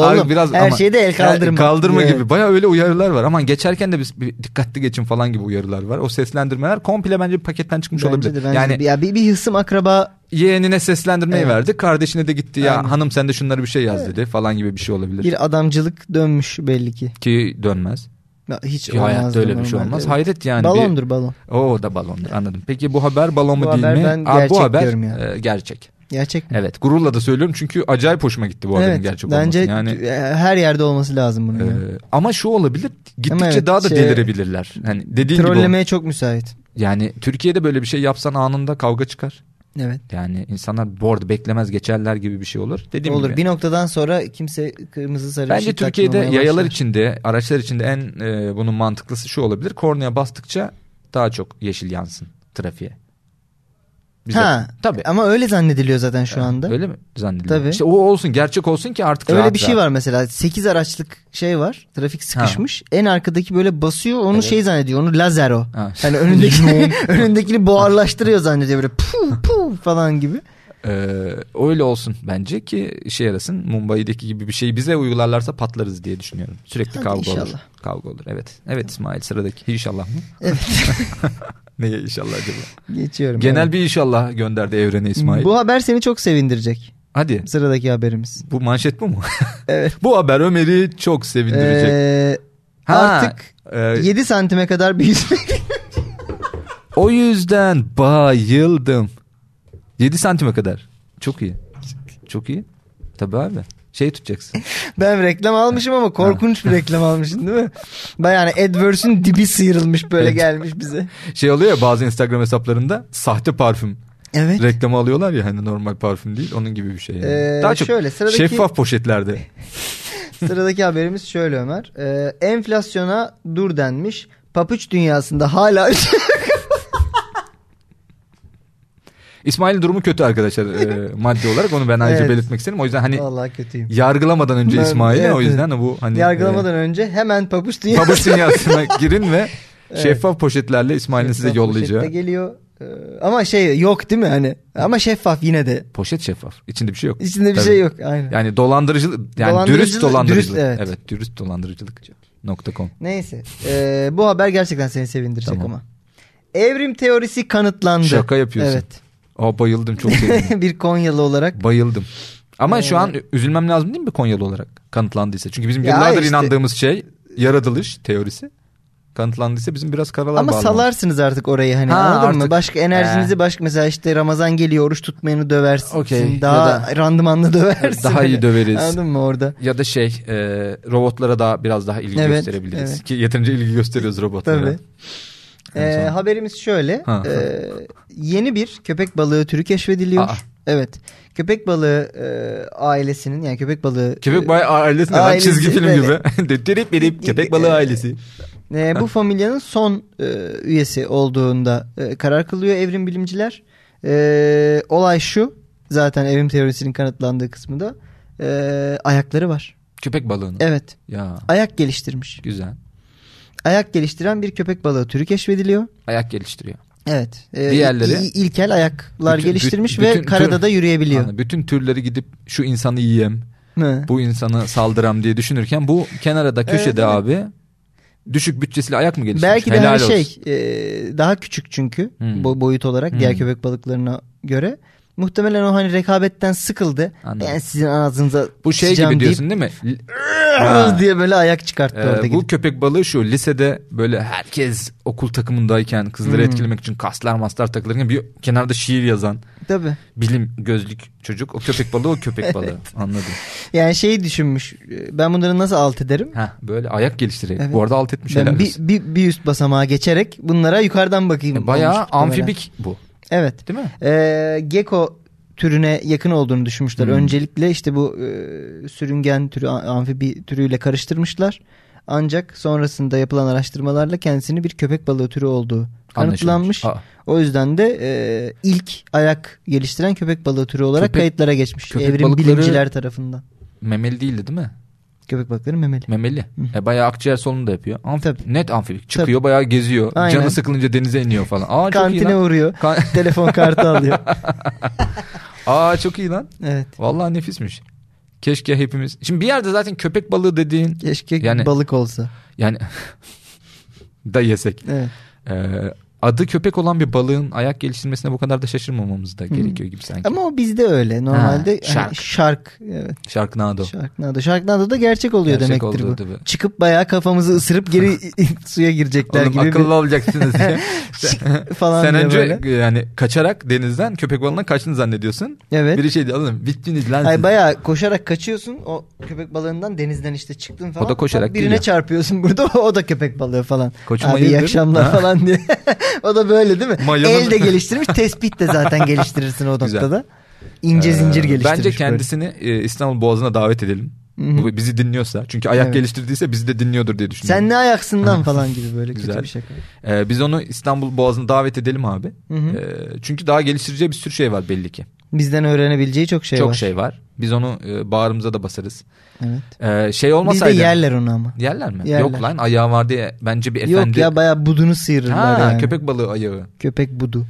A: oğlum. Her şeyde el kaldırma.
B: Kaldırma
A: Evet.
B: gibi. Baya öyle uyarılar var. Aman geçerken de biz bir dikkatli geçin falan gibi uyarılar var. O seslendirmeler komple bence bir paketten çıkmış
A: Bence
B: olabilir.
A: de, bence
B: yani
A: de. ya bir, bir hısım akraba
B: yeğenine seslendirmeyi
A: Evet.
B: verdi. Kardeşine de gitti ya
A: Aynen.
B: hanım sen de şunları bir şey yaz dedi falan gibi bir şey olabilir.
A: bir adamcılık dönmüş belli ki.
B: Ki dönmez.
A: Ya Hiç
B: Ki
A: olmaz.
B: hayatta öyle bir şey olmaz. Hayret yani. bir-
A: Balondur balon.
B: O da balondur anladım. Peki bu haber balon mu
A: Bu
B: değil
A: haber
B: mi?
A: ben
B: Aa,
A: gerçek
B: bu haber
A: diyorum ya.
B: e, gerçek.
A: Gerçek mi?
B: Evet gururla da söylüyorum çünkü acayip hoşuma gitti bu haberin
A: evet.
B: gerçek
A: bence
B: olması. Yani,
A: e, her yerde olması lazım bunun. yani.
B: e, ama şu olabilir gittikçe
A: evet,
B: daha da
A: şey-
B: delirebilirler. Hani dediğin gibi o-
A: Trollemeye çok müsait.
B: yani Türkiye'de böyle bir şey yapsan anında kavga çıkar.
A: Evet.
B: Yani insanlar bu arada beklemez geçerler gibi bir şey olur. Dediğim
A: Olur.
B: gibi.
A: Bir noktadan sonra kimse kırmızı sarı bir
B: Bence
A: şey
B: Türkiye'de
A: takmamaya
B: yayalar
A: başlar.
B: içinde, araçlar içinde en e, bunun mantıklısı şu olabilir. Kornaya bastıkça daha çok yeşil yansın trafiğe. Bize-
A: Ha.
B: Tabii.
A: Ama öyle zannediliyor zaten şu anda. Öyle,
B: Öyle mi zannediliyor?
A: Tabii.
B: İşte o olsun, gerçek olsun ki artık rahat
A: bir şey
B: rahat.
A: var mesela. 8 araçlık şey var. Trafik sıkışmış. En arkadaki böyle basıyor onu
B: Evet.
A: şey zannediyor. Onu lazer o.
B: Ha.
A: Yani Hani önündeki, önündekini buharlaştırıyor zannediyor böyle puh puh falan gibi.
B: Ee, öyle olsun bence ki işe yarasın. Mumbai'deki gibi bir şeyi bize uygularlarsa patlarız diye düşünüyorum. Sürekli
A: Hadi
B: kavga olur.
A: inşallah.
B: Kavga olur evet. Evet İsmail sıradaki inşallah mı? Neye inşallah acaba?
A: Geçiyorum.
B: Genel
A: Evet.
B: bir inşallah gönderdi evrene İsmail.
A: Bu haber seni çok sevindirecek.
B: Hadi
A: Sıradaki haberimiz.
B: bu manşet bu mu?
A: Evet.
B: bu haber Ömer'i çok sevindirecek.
A: Ee,
B: Ha,
A: artık
B: e,
A: 7 santime kadar büyüdü.
B: o yüzden bayıldım. 7 santime kadar. Çok iyi. Çok iyi. Tabii abi. Şey tutacaksın.
A: ben reklam almışım ama korkunç bir reklam almışım değil mi? Ben yani AdWords'ün dibi sıyrılmış böyle
B: Evet.
A: gelmiş bize.
B: Şey oluyor ya bazı Instagram hesaplarında sahte parfüm
A: Evet.
B: reklamı alıyorlar ya hani normal parfüm değil onun gibi bir şey. Yani.
A: Ee,
B: Daha çok
A: şöyle, sıradaki-
B: şeffaf poşetlerde.
A: Sıradaki haberimiz şöyle Ömer. Ee, enflasyona dur denmiş. Papuç dünyasında hala
B: İsmail durumu kötü arkadaşlar ee, maddi olarak onu ben ayrıca
A: Evet.
B: belirtmek isterim. O yüzden hani
A: vallahi kötüyüm.
B: yargılamadan önce
A: Ben-
B: İsmail'i
A: evet,
B: o yüzden de bu hani
A: Yargılamadan önce hemen papuç
B: e,
A: dünyası.
B: pabuç dünyasına girin ve
A: Evet.
B: şeffaf poşetlerle İsmail'in size
A: Şeffaf
B: yollayacağı.
A: poşette geliyor. Ee, ama şey yok değil mi hani? Ama şeffaf yine de.
B: Poşet şeffaf. İçinde bir şey yok.
A: İçinde bir
B: Tabii.
A: şey yok. Aynen.
B: Yani dolandırıcılık yani
A: Dolandırıcılık-
B: dürüst dolandırıcılık.
A: dürüst, evet.
B: evet. dürüst dolandırıcılık. Nokta com.
A: Neyse. Ee, bu haber gerçekten seni sevindirecek
B: Tamam.
A: ama. Evrim teorisi kanıtlandı.
B: Şaka yapıyorsun.
A: Evet.
B: Aa, bayıldım çok sevindim.
A: bir Konyalı olarak.
B: bayıldım. Ama
A: Ee,
B: şu an üzülmem lazım değil mi Konyalı olarak kanıtlandıysa? Çünkü bizim
A: Ya
B: yıllardır
A: işte-
B: inandığımız şey yaratılış teorisi kanıtlandıysa bizim biraz karalar
A: Ama
B: bağlı.
A: salarsınız artık orayı hani
B: Ha,
A: anladın mı?
B: artık.
A: Başka enerjinizi başka mesela işte Ramazan geliyor oruç tutmayanı döversin.
B: Okey.
A: Daha
B: Ya da-
A: randımanlı döversin.
B: Daha iyi
A: Hani,
B: döveriz.
A: Anladın mı orada?
B: Ya da şey e, robotlara daha biraz daha ilgi
A: Evet,
B: gösterebiliriz.
A: evet.
B: Ki yeterince ilgi gösteriyoruz robotlara.
A: Tabii.
B: En
A: Ee,
B: son.
A: haberimiz şöyle.
B: Ha.
A: Ee, yeni bir köpek balığı türü keşfediliyor.
B: Aa.
A: Evet. Köpek balığı e, ailesinin yani köpek balığı
B: Köpek balığı ailesi ne lan?
A: Ailesi,
B: çizgi film
A: böyle.
B: gibi. Dirip dirip köpek
A: Ee,
B: balığı ailesi.
A: E, bu familyanın son e, üyesi olduğunda e, karar kılıyor evrim bilimciler. E, olay şu zaten evrim teorisinin kanıtlandığı kısmında e, ayakları var.
B: Köpek balığının.
A: Evet
B: Ya
A: ayak geliştirmiş.
B: güzel.
A: Ayak geliştiren bir köpek balığı türü keşfediliyor.
B: Ayak geliştiriyor.
A: Evet. E,
B: Diğerleri?
A: il- ilkel ayaklar
B: Bütün-
A: geliştirmiş
B: bütün-
A: ve
B: bütün
A: karada
B: tür-
A: da yürüyebiliyor.
B: Anladım. bütün türleri gidip şu insanı yiyem,
A: Hı.
B: bu insanı saldıram diye düşünürken bu kenara da
A: Evet,
B: köşede
A: evet.
B: abi düşük bütçesiyle ayak mı geliştirmiş?
A: Belki de
B: Helal
A: hani
B: olsun.
A: şey e, daha küçük çünkü
B: Hmm.
A: bo- boyut olarak diğer
B: Hmm.
A: köpek balıklarına göre. Muhtemelen o hani rekabetten sıkıldı.
B: Anladım.
A: Ben sizin ağzınıza
B: Bu şey
A: sıçacağım
B: gibi
A: deyip,
B: diyorsun değil mi? L-
A: "Arr!"
B: Ha.
A: diye böyle ayak çıkarttı
B: Ee,
A: orada
B: bu
A: gidip.
B: köpek balığı şu lisede böyle herkes okul takımındayken kızları
A: Hmm.
B: etkilemek için kaslar maslar takılırken bir kenarda şiir yazan
A: Tabii.
B: bilim gözlük çocuk o köpek balığı o köpek balığı anladım.
A: Yani şeyi düşünmüş. e, Ben bunları nasıl alt ederim?
B: Heh, böyle ayak geliştirerek
A: Evet.
B: bu arada alt etmiş
A: Ben
B: helal
A: bir,
B: olsun.
A: bir, bir üst basamağa geçerek bunlara yukarıdan bakayım.
B: E, Bayağı
A: olmuş muhtemelen.
B: amfibik bu
A: Evet.
B: değil mi?
A: Ee, gecko türüne yakın olduğunu düşünmüşler.
B: Hmm.
A: Öncelikle işte bu e, sürüngen türü, a- amfibi türüyle karıştırmışlar. Ancak sonrasında yapılan araştırmalarla kendisini bir köpek balığı türü olduğu kanıtlanmış.
B: Anlaşılmış. Aa,
A: O yüzden de e, ilk ayak geliştiren köpek balığı türü olarak
B: Köpek-
A: kayıtlara geçmiş.
B: köpek
A: Evrim
B: balıkları-
A: bilimciler tarafından.
B: memeli değildi değil mi?
A: Köpek balıkları memeli.
B: Memeli. E, bayağı akciğer solunu da yapıyor. Amf-
A: Tabii.
B: Net amfibik. Çıkıyor bayağı geziyor.
A: Aynen.
B: Canı sıkılınca denize iniyor falan. Aa çok iyi
A: Kantine
B: lan.
A: uğruyor.
B: Kan-
A: Telefon kartı alıyor.
B: Aa çok iyi lan.
A: Evet.
B: Vallahi nefismiş. Keşke hepimiz. Şimdi bir yerde zaten köpek balığı dediğin
A: Keşke
B: Yani-
A: balık olsa.
B: yani da yesek.
A: Evet.
B: Ee, adı köpek olan bir balığın ayak geliştirmesine bu kadar da şaşırmamamız da gerekiyor gibi sanki.
A: Ama o bizde öyle. Normalde hani
B: şark.
A: şark. Evet.
B: Sharknado.
A: Sharknado. Sharknado da gerçek Şey oluyor
B: Gerçek
A: demektir
B: olduğu
A: bu.
B: tabii.
A: Çıkıp bayağı kafamızı ısırıp geri suya girecekler
B: Oğlum
A: gibi bir- şey
B: akıllı olacaksınız.
A: falan
B: Sen
A: diye
B: önce
A: böyle.
B: yani kaçarak denizden köpek balığına kaçtın zannediyorsun.
A: Evet.
B: Biri şey diyor oğlum bittiniz lan
A: Ay
B: siz."
A: bayağı koşarak kaçıyorsun o köpek balığından denizden işte çıktın falan.
B: O da koşarak
A: Bak birine
B: geliyor.
A: çarpıyorsun burada o da köpek balığı falan.
B: Koçum
A: Abi iyi
B: hayırdır?
A: akşamlar
B: Ha.
A: falan diye. o da böyle değil mi?
B: Mayalı-
A: El de geliştirmiş tespit de zaten geliştirirsin o
B: Güzel.
A: noktada. İnce
B: Ee,
A: zincir geliştirmiş.
B: Bence
A: böyle.
B: kendisini e, İstanbul Boğazı'na davet edelim.
A: Hı hı.
B: Bu bizi dinliyorsa. Çünkü ayak
A: Evet.
B: geliştirdiyse bizi de dinliyordur diye düşünüyorum.
A: Sen ne ayaksın lan falan gibi böyle kötü
B: Güzel.
A: bir şaka.
B: Ee, biz onu İstanbul Boğazı'na davet edelim abi.
A: Hı hı.
B: Ee, çünkü daha geliştireceği bir sürü şey var belli ki.
A: Bizden öğrenebileceği çok şey
B: Çok
A: var.
B: şey var. Biz onu e, bağrımıza da basarız.
A: Evet.
B: Ee, şey
A: Biz
B: olmasaydı.
A: de yerler onu ama.
B: Yerler mi?
A: Yerler.
B: Yok lan ayağı vardı ya. Bence bir efendi.
A: Yok ya bayağı budunu sıyırırlar
B: ha,
A: yani.
B: köpek balığı ayağı.
A: Köpek budu.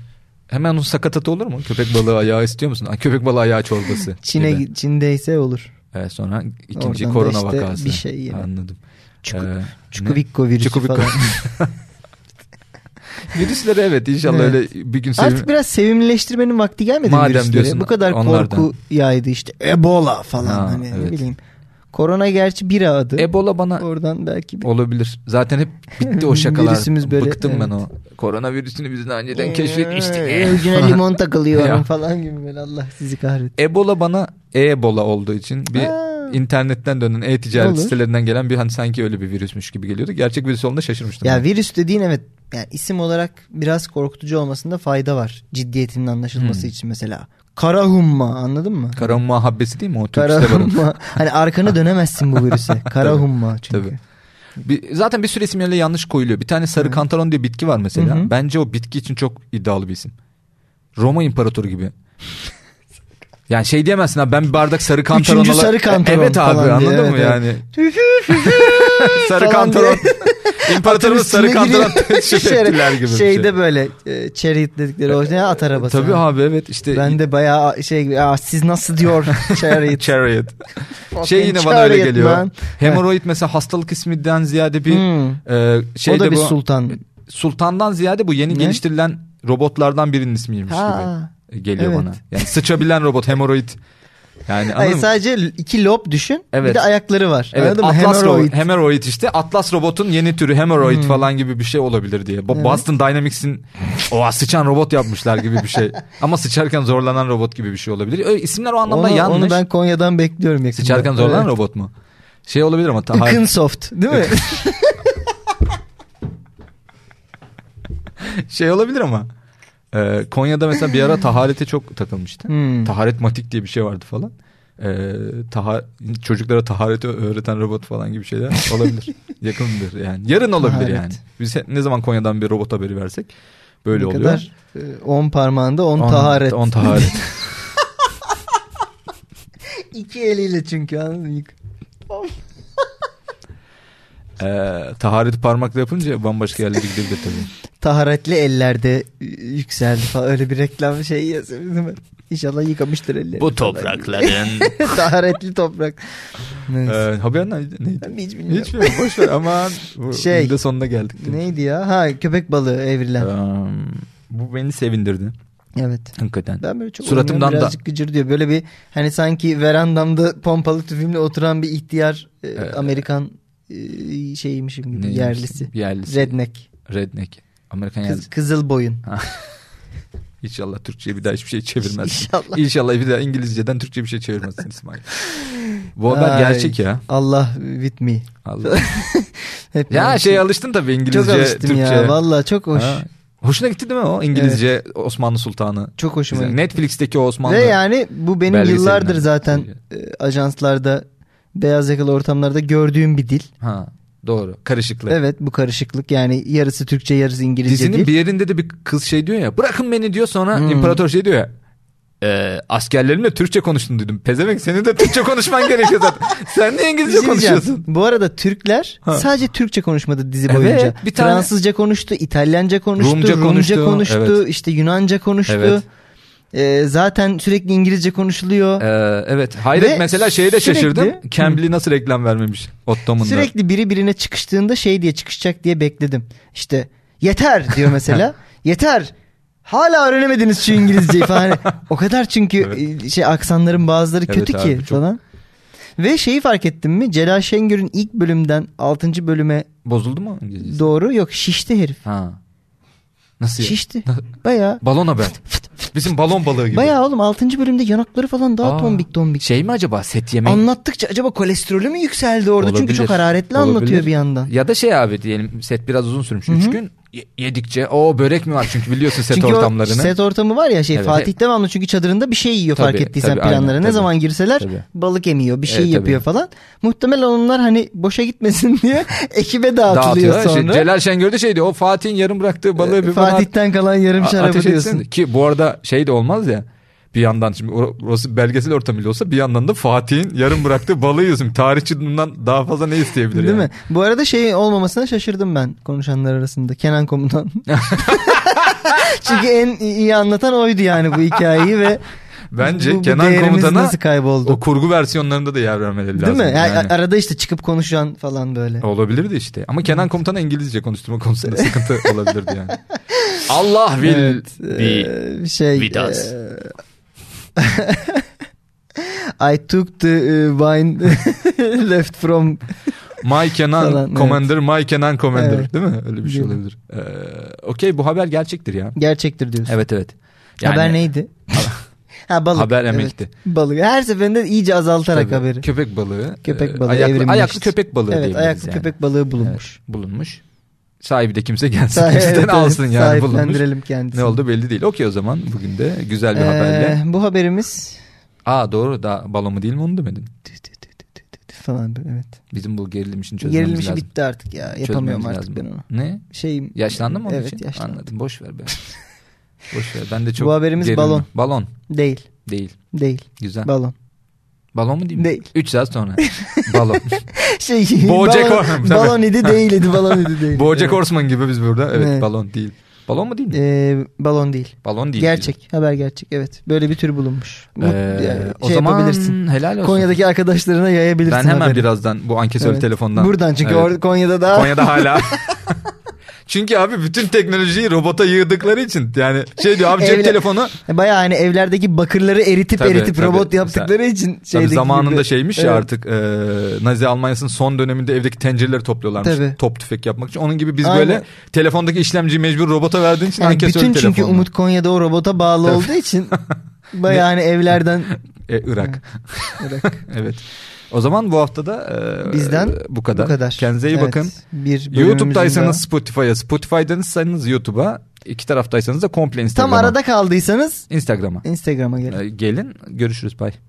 B: Hemen onun sakatatı olur mu? Köpek balığı ayağı istiyor musun? Ay, Köpek balığı ayağı çorbası.
A: Çin'e
B: gibi.
A: Çin'deyse olur.
B: Ee, sonra ikinci
A: Oradan da
B: korona
A: işte
B: vakası.
A: bir şey yine.
B: Anladım.
A: Çuku-
B: Ee,
A: Çukuvikko virüsü
B: Çukuvikko.
A: falan.
B: Virüsleri evet inşallah
A: Evet.
B: öyle bir gün sevim.
A: Artık biraz sevimleştirmenin vakti gelmedi mi
B: Madem
A: virüslere?
B: diyorsun,
A: Bu kadar
B: onlardan.
A: korku yaydı işte. Ebola falan
B: Ha,
A: hani ne
B: evet.
A: bileyim. Korona gerçi bir adı.
B: Ebola bana
A: Oradan belki bir...
B: olabilir. Zaten hep bitti o şakalar.
A: Virüsümüz böyle,
B: Bıktım ben
A: evet.
B: o. Koronavirüsünü biz daha önceden keşfetmiştik.
A: Ee, Ucuna limon takılıyorum
B: Ya.
A: falan gibi böyle Allah sizi kahretsin.
B: Ebola bana Ebola olduğu için bir
A: Ha.
B: internetten dönen e-ticaret
A: Olur.
B: sitelerinden gelen bir hani sanki öyle bir virüsmüş gibi geliyordu. Gerçek virüs olduğunda şaşırmıştım.
A: Ya
B: ben.
A: virüs dediğin evet yani isim olarak biraz korkutucu olmasında fayda var. Ciddiyetinin anlaşılması
B: Hmm.
A: için mesela. Kara humma anladın mı?
B: Karaman muhabbesi değil mi o
A: Kara
B: Türkçe'de var onun.
A: humma. hani arkana dönemezsin bu virüse. Kara
B: Tabii,
A: humma çünkü.
B: tabii. Bir- zaten bir sürü isimlerle yanlış koyuluyor. Bir tane sarı
A: Hı.
B: kantaron diye bitki var mesela.
A: Hı hı.
B: Bence o bitki için çok iddialı bir isim. Roma imparatoru gibi. yani şey diyemezsin abi ben bir bardak sarı kantaron
A: Üçüncü sarı kantaron
B: Evet abi
A: falan diye,
B: anladın
A: evet,
B: mı
A: evet.
B: yani?
A: Tüfü
B: sarı
A: falan
B: kantaron.
A: diye.
B: İmparatorumuz sarı
A: Üstüne
B: kantaron
A: giriyor.
B: teşekkürler gibi. bir şey.
A: Şeyde böyle e, chariot dedikleri o ne at arabası.
B: Tabii
A: ha.
B: abi evet işte
A: Ben de bayağı şey gibi, "Aa, siz nasıl diyor chariot.
B: Chariot. şey
A: Fucking
B: yine bana öyle
A: chariot
B: geliyor.
A: man.
B: Hemoroid mesela hastalık isminden ziyade bir
A: Hmm.
B: e, şeyde
A: o da bir
B: bu
A: sultan.
B: sultandan ziyade bu yeni
A: Ne?
B: geliştirilen robotlardan birinin ismiymiş
A: Ha.
B: gibi e, geliyor
A: Evet.
B: bana. Yani sıçabilen robot hemoroid. Yani
A: Hayır,
B: anladın mı?
A: sadece iki lob düşün. Bir
B: Evet.
A: de ayakları var.
B: Evet
A: Anladın mı?
B: Atlas
A: Hemoroid. Hmm.
B: robot, hemoroid işte Atlas robotun yeni türü hemoroid falan gibi bir şey olabilir diye. Bu
A: Evet.
B: Boston Dynamics'in oha sıçan robot yapmışlar gibi bir şey. Ama sıçarken zorlanan robot gibi bir şey olabilir. Öyle, isimler o anlamda
A: Onu,
B: yanlış.
A: onu ben Konya'dan bekliyorum yakında.
B: Sıçarken zorlanan
A: Evet.
B: robot mu? Şey olabilir ama ta-
A: Ikın soft değil mi?
B: şey olabilir ama. Ee, Konya'da mesela bir ara taharete çok takılmıştı.
A: Hmm.
B: Taharet matik diye bir şey vardı falan. Ee, taha- çocuklara tahareti öğreten robot falan gibi şeyler olabilir. Yakındır yani. Yarın olabilir
A: Taharet.
B: yani. Biz he- ne zaman Konya'dan bir robot haberi versek böyle
A: Ne
B: oluyor.
A: kadar? 10 parmağında 10 taharet.
B: 10 taharet.
A: İki eliyle çünkü anladın mı?
B: ee, taharet parmakla yapınca bambaşka yerlere gidebilir tabii.
A: Taharetli ellerde e, yükseldi falan. Öyle bir reklam şey yazıyor. değil mi? İnşallah yıkamıştır elleri. falan.
B: Bu toprakların.
A: Taharetli toprak. Neyse.
B: ee, haber neydi? neydi?
A: Ben hiç bilmiyorum.
B: Hiç bilmiyorum. Boş ver aman. Bu-
A: Şey,
B: bir de sonuna geldik.
A: Neydi ya? Ha köpek balığı evrilen. Evet.
B: Ee, bu beni sevindirdi. Hakikaten.
A: Ben böyle çok
B: Suratımdan
A: oynuyorum,
B: da-
A: birazcık gıcır diyor. Böyle bir hani sanki verandamda pompalı tüfeğimle oturan bir ihtiyar e,
B: Ee,
A: Amerikan e, şeymişim gibi
B: Neymiş?
A: yerlisi.
B: Yerlisi.
A: Redneck.
B: Redneck. Amerikan
A: Kız,
B: yerlisi.
A: kızıl boyun.
B: İnşallah Türkçe'ye bir daha hiçbir şey çevirmezsin.
A: İnşallah.
B: İnşallah bir daha İngilizceden Türkçe bir şey çevirmezsin İsmail. Bu haber
A: Ay.
B: gerçek ya.
A: Allah with me.
B: Allah.
A: Hep
B: ya
A: yanlış.
B: şey alıştın tabii İngilizce,
A: çok alıştım
B: Türkçe.
A: ya. Valla çok hoş.
B: Ha. Hoşuna gitti değil mi o İngilizce Osmanlı Sultanı?
A: Çok hoşuma
B: Güzel.
A: gitti.
B: Netflix'teki o Osmanlı.
A: Ve yani bu benim
B: Belgeselinden.
A: yıllardır zaten e, ajanslarda beyaz yakalı ortamlarda gördüğüm bir dil.
B: Ha, doğru. Karışıklık.
A: Evet bu karışıklık yani yarısı Türkçe yarısı İngilizce
B: Dizinin
A: dil.
B: bir yerinde de bir kız şey diyor ya. Bırakın beni diyor sonra
A: Hmm.
B: imparator şey diyor ya. "Ee, askerlerimle Türkçe konuştun dedim. Pezevenk senin de Türkçe konuşman gerekiyor zaten. Sen niye
A: Bir
B: İngilizce
A: şey diyeceğim.
B: konuşuyorsun?
A: Bu arada Türkler
B: Ha.
A: sadece Türkçe konuşmadı dizi
B: Evet,
A: boyunca.
B: bir tane-
A: Fransızca konuştu, İtalyanca konuştu,
B: Rumca
A: Rumca,
B: konuştu,
A: konuştu, işte Yunanca konuştu.
B: Evet.
A: E, zaten sürekli İngilizce konuşuluyor.
B: Ee, evet. Hayret
A: Ve
B: mesela şeye de
A: sürekli-
B: şaşırdım. Cambly nasıl reklam vermemiş Ottoman'da.
A: Sürekli biri birine çıkıştığında şey diye çıkışacak diye bekledim. İşte yeter diyor mesela. yeter. Hala öğrenemediniz şu İngilizceyi falan. Hani o kadar çünkü
B: Evet.
A: e, şey aksanların bazıları
B: Evet
A: kötü
B: abi,
A: ki
B: çok.
A: falan. Ve şeyi fark ettin mi? Celal Şengör'ün ilk bölümden 6. bölüme
B: Bozuldu mu İngilizcesi?
A: doğru yok şişti herif.
B: ha. Nasıl? ya?
A: Şişti. Bayağı.
B: Balon haber. Bizim balon balığı gibi.
A: Bayağı oğlum 6. bölümde yanakları falan daha
B: Aa,
A: tombik tombik.
B: Şey mi acaba set yemeği?
A: Anlattıkça acaba kolesterolü mü yükseldi orada? Çünkü
B: Olabilir,
A: çok hararetli
B: olabilir.
A: anlatıyor bir yandan.
B: Ya da şey abi diyelim set biraz uzun sürmüş. Üç gün ye- yedikçe o börek mi var çünkü biliyorsun set
A: çünkü
B: ortamlarını.
A: o set ortamı var ya şey
B: Evet.
A: Fatih devamlı çünkü çadırında bir şey yiyor
B: Tabii,
A: fark ettiysen
B: tabii,
A: planlara.
B: aynen,
A: ne
B: tabii.
A: zaman girseler
B: Tabii.
A: balık emiyor bir şey
B: Evet, tabii.
A: yapıyor falan. Muhtemelen onlar hani boşa gitmesin diye ekibe dağıtılıyor
B: Dağıtıyor. Şey,
A: sonra.
B: Celal Şengör de şey diyor o Fatih'in yarım bıraktığı balığı bir bana at-
A: Fatih'ten kalan yarım
B: a-
A: şarabı
B: ateş
A: diyorsun.
B: etsin. Ki bu arada şey de olmaz ya bir yandan şimdi or- orası belgesel ortamıyla olsa bir yandan da Fatih'in yarım bıraktığı balığı yiyorsun. Tarihçi bundan daha fazla ne isteyebilir
A: Değil
B: yani?
A: mi? Bu arada şey olmamasına şaşırdım ben konuşanlar arasında. Kenan Komutan. Çünkü en iyi anlatan oydu yani bu hikayeyi ve
B: Bence
A: bu- bu
B: Kenan
A: değerimiz
B: Komutan'a
A: nasıl kayboldu?
B: o kurgu versiyonlarında da yer vermeleri
A: Değil
B: lazım.
A: mi? Ya-
B: Yani.
A: Arada işte çıkıp konuşan falan böyle.
B: Olabilirdi işte. Ama Kenan Komutan'a İngilizce konuşturma konusunda sıkıntı olabilirdi yani. Allah will
A: Evet,
B: be.
A: eee, şey
B: with us.
A: eee, I took the eee, wine left from
B: My Kenan
A: Falan, evet.
B: Commander, My Kenan Commander.
A: Evet.
B: Değil mi? Öyle bir şey
A: Gibi.
B: olabilir. Ee, Okey bu haber gerçektir ya.
A: gerçektir diyorsun.
B: Evet evet.
A: Haber neydi? ha balık.
B: Haber
A: evet.
B: emekti.
A: Balık. Her seferinde iyice azaltarak
B: Tabii.
A: haberi.
B: Köpek balığı.
A: Köpek
B: e,
A: balığı
B: Ayaklı,
A: evrimleşti.
B: ayaklı köpek balığı
A: evet
B: diyebiliriz
A: ayaklı
B: yani.
A: köpek balığı bulunmuş.
B: Bulunmuş. Sahibi de kimse gelsin.
A: Sahi-
B: Bizden
A: evet,
B: alsın
A: evet,
B: yani bulunmuş.
A: Sahiplendirelim Ee, kendisini.
B: Ne oldu belli değil. Okey o zaman bugün de güzel bir
A: Eee,
B: haberle.
A: bu haberimiz
B: Aa doğru daha balon mu değil mi onu demedin.
A: Tü tü tü tü tü tü tü falan böyle, evet.
B: Bizim bu gerilim için çözmemiz
A: Gerilim
B: lazım.
A: bitti artık ya.
B: Çözmemiz
A: Yapamıyorum artık
B: lazım.
A: ben onu.
B: Ne?
A: Şeyim.
B: Yaşlandın mı onun
A: evet,
B: için?
A: yaşlandım.
B: Anladım. Boş ver be. Boş ver. Ben de çok
A: Bu haberimiz
B: gerildim.
A: balon.
B: Balon
A: Değil.
B: değil.
A: Değil.
B: Güzel.
A: Balon.
B: balon mu değil mi?
A: Değil.
B: 3 saat sonra. balon.
A: Şey,
B: Bojack
A: balon,
B: Horseman, tabii.
A: balon idi değil idi balon idi değil. idi.
B: Bojack
A: Evet.
B: Horseman gibi biz burada. Evet,
A: Evet.
B: balon değil. Balon mu değil mi?
A: Ee, balon değil.
B: balon değil.
A: gerçek. Haber gerçek. Evet. Böyle bir tür bulunmuş. Mut-
B: Güzel. Ee,
A: yani
B: o
A: şey
B: zaman
A: yapabilirsin.
B: helal olsun.
A: Konya'daki arkadaşlarına yayabilirsin
B: ben hemen
A: haberi.
B: birazdan bu ankesör
A: Evet.
B: telefondan.
A: Buradan çünkü
B: Evet.
A: or- Konya'da daha
B: Konya'da hala. Çünkü abi bütün teknolojiyi robota yığdıkları için yani şey diyor abi cep
A: Evle-
B: telefonu
A: Bayağı hani evlerdeki bakırları eritip
B: Tabii,
A: eritip
B: tabii.
A: robot
B: Mesela-
A: yaptıkları için
B: Tabii
A: şeydeki
B: zamanında
A: gibi.
B: şeymiş ya
A: Evet.
B: artık e, Nazi Almanya'sının son döneminde evdeki tencereleri topluyorlarmış.
A: Tabii.
B: Top tüfek yapmak için. Onun gibi biz
A: Aynen.
B: böyle telefondaki işlemciyi mecbur robota verdiğin için
A: Yani
B: herkes
A: bütün
B: öyle
A: çünkü
B: telefonla.
A: Umut Konya'da o robota bağlı
B: Tabii.
A: olduğu için bayağı hani evlerden
B: E, Irak. evet. O zaman bu hafta da e,
A: Bizden
B: bu kadar.
A: bu kadar.
B: Kendinize iyi
A: Evet,
B: bakın.
A: Bir bölümümüzün
B: YouTube'daysanız
A: daha.
B: Spotify'a, Spotify'danızsanız YouTube'a, iki taraftaysanız da komple
A: tam
B: Instagram'a.
A: arada kaldıysanız
B: Instagram'a.
A: Instagram'a gelin.
B: E, gelin görüşürüz bay.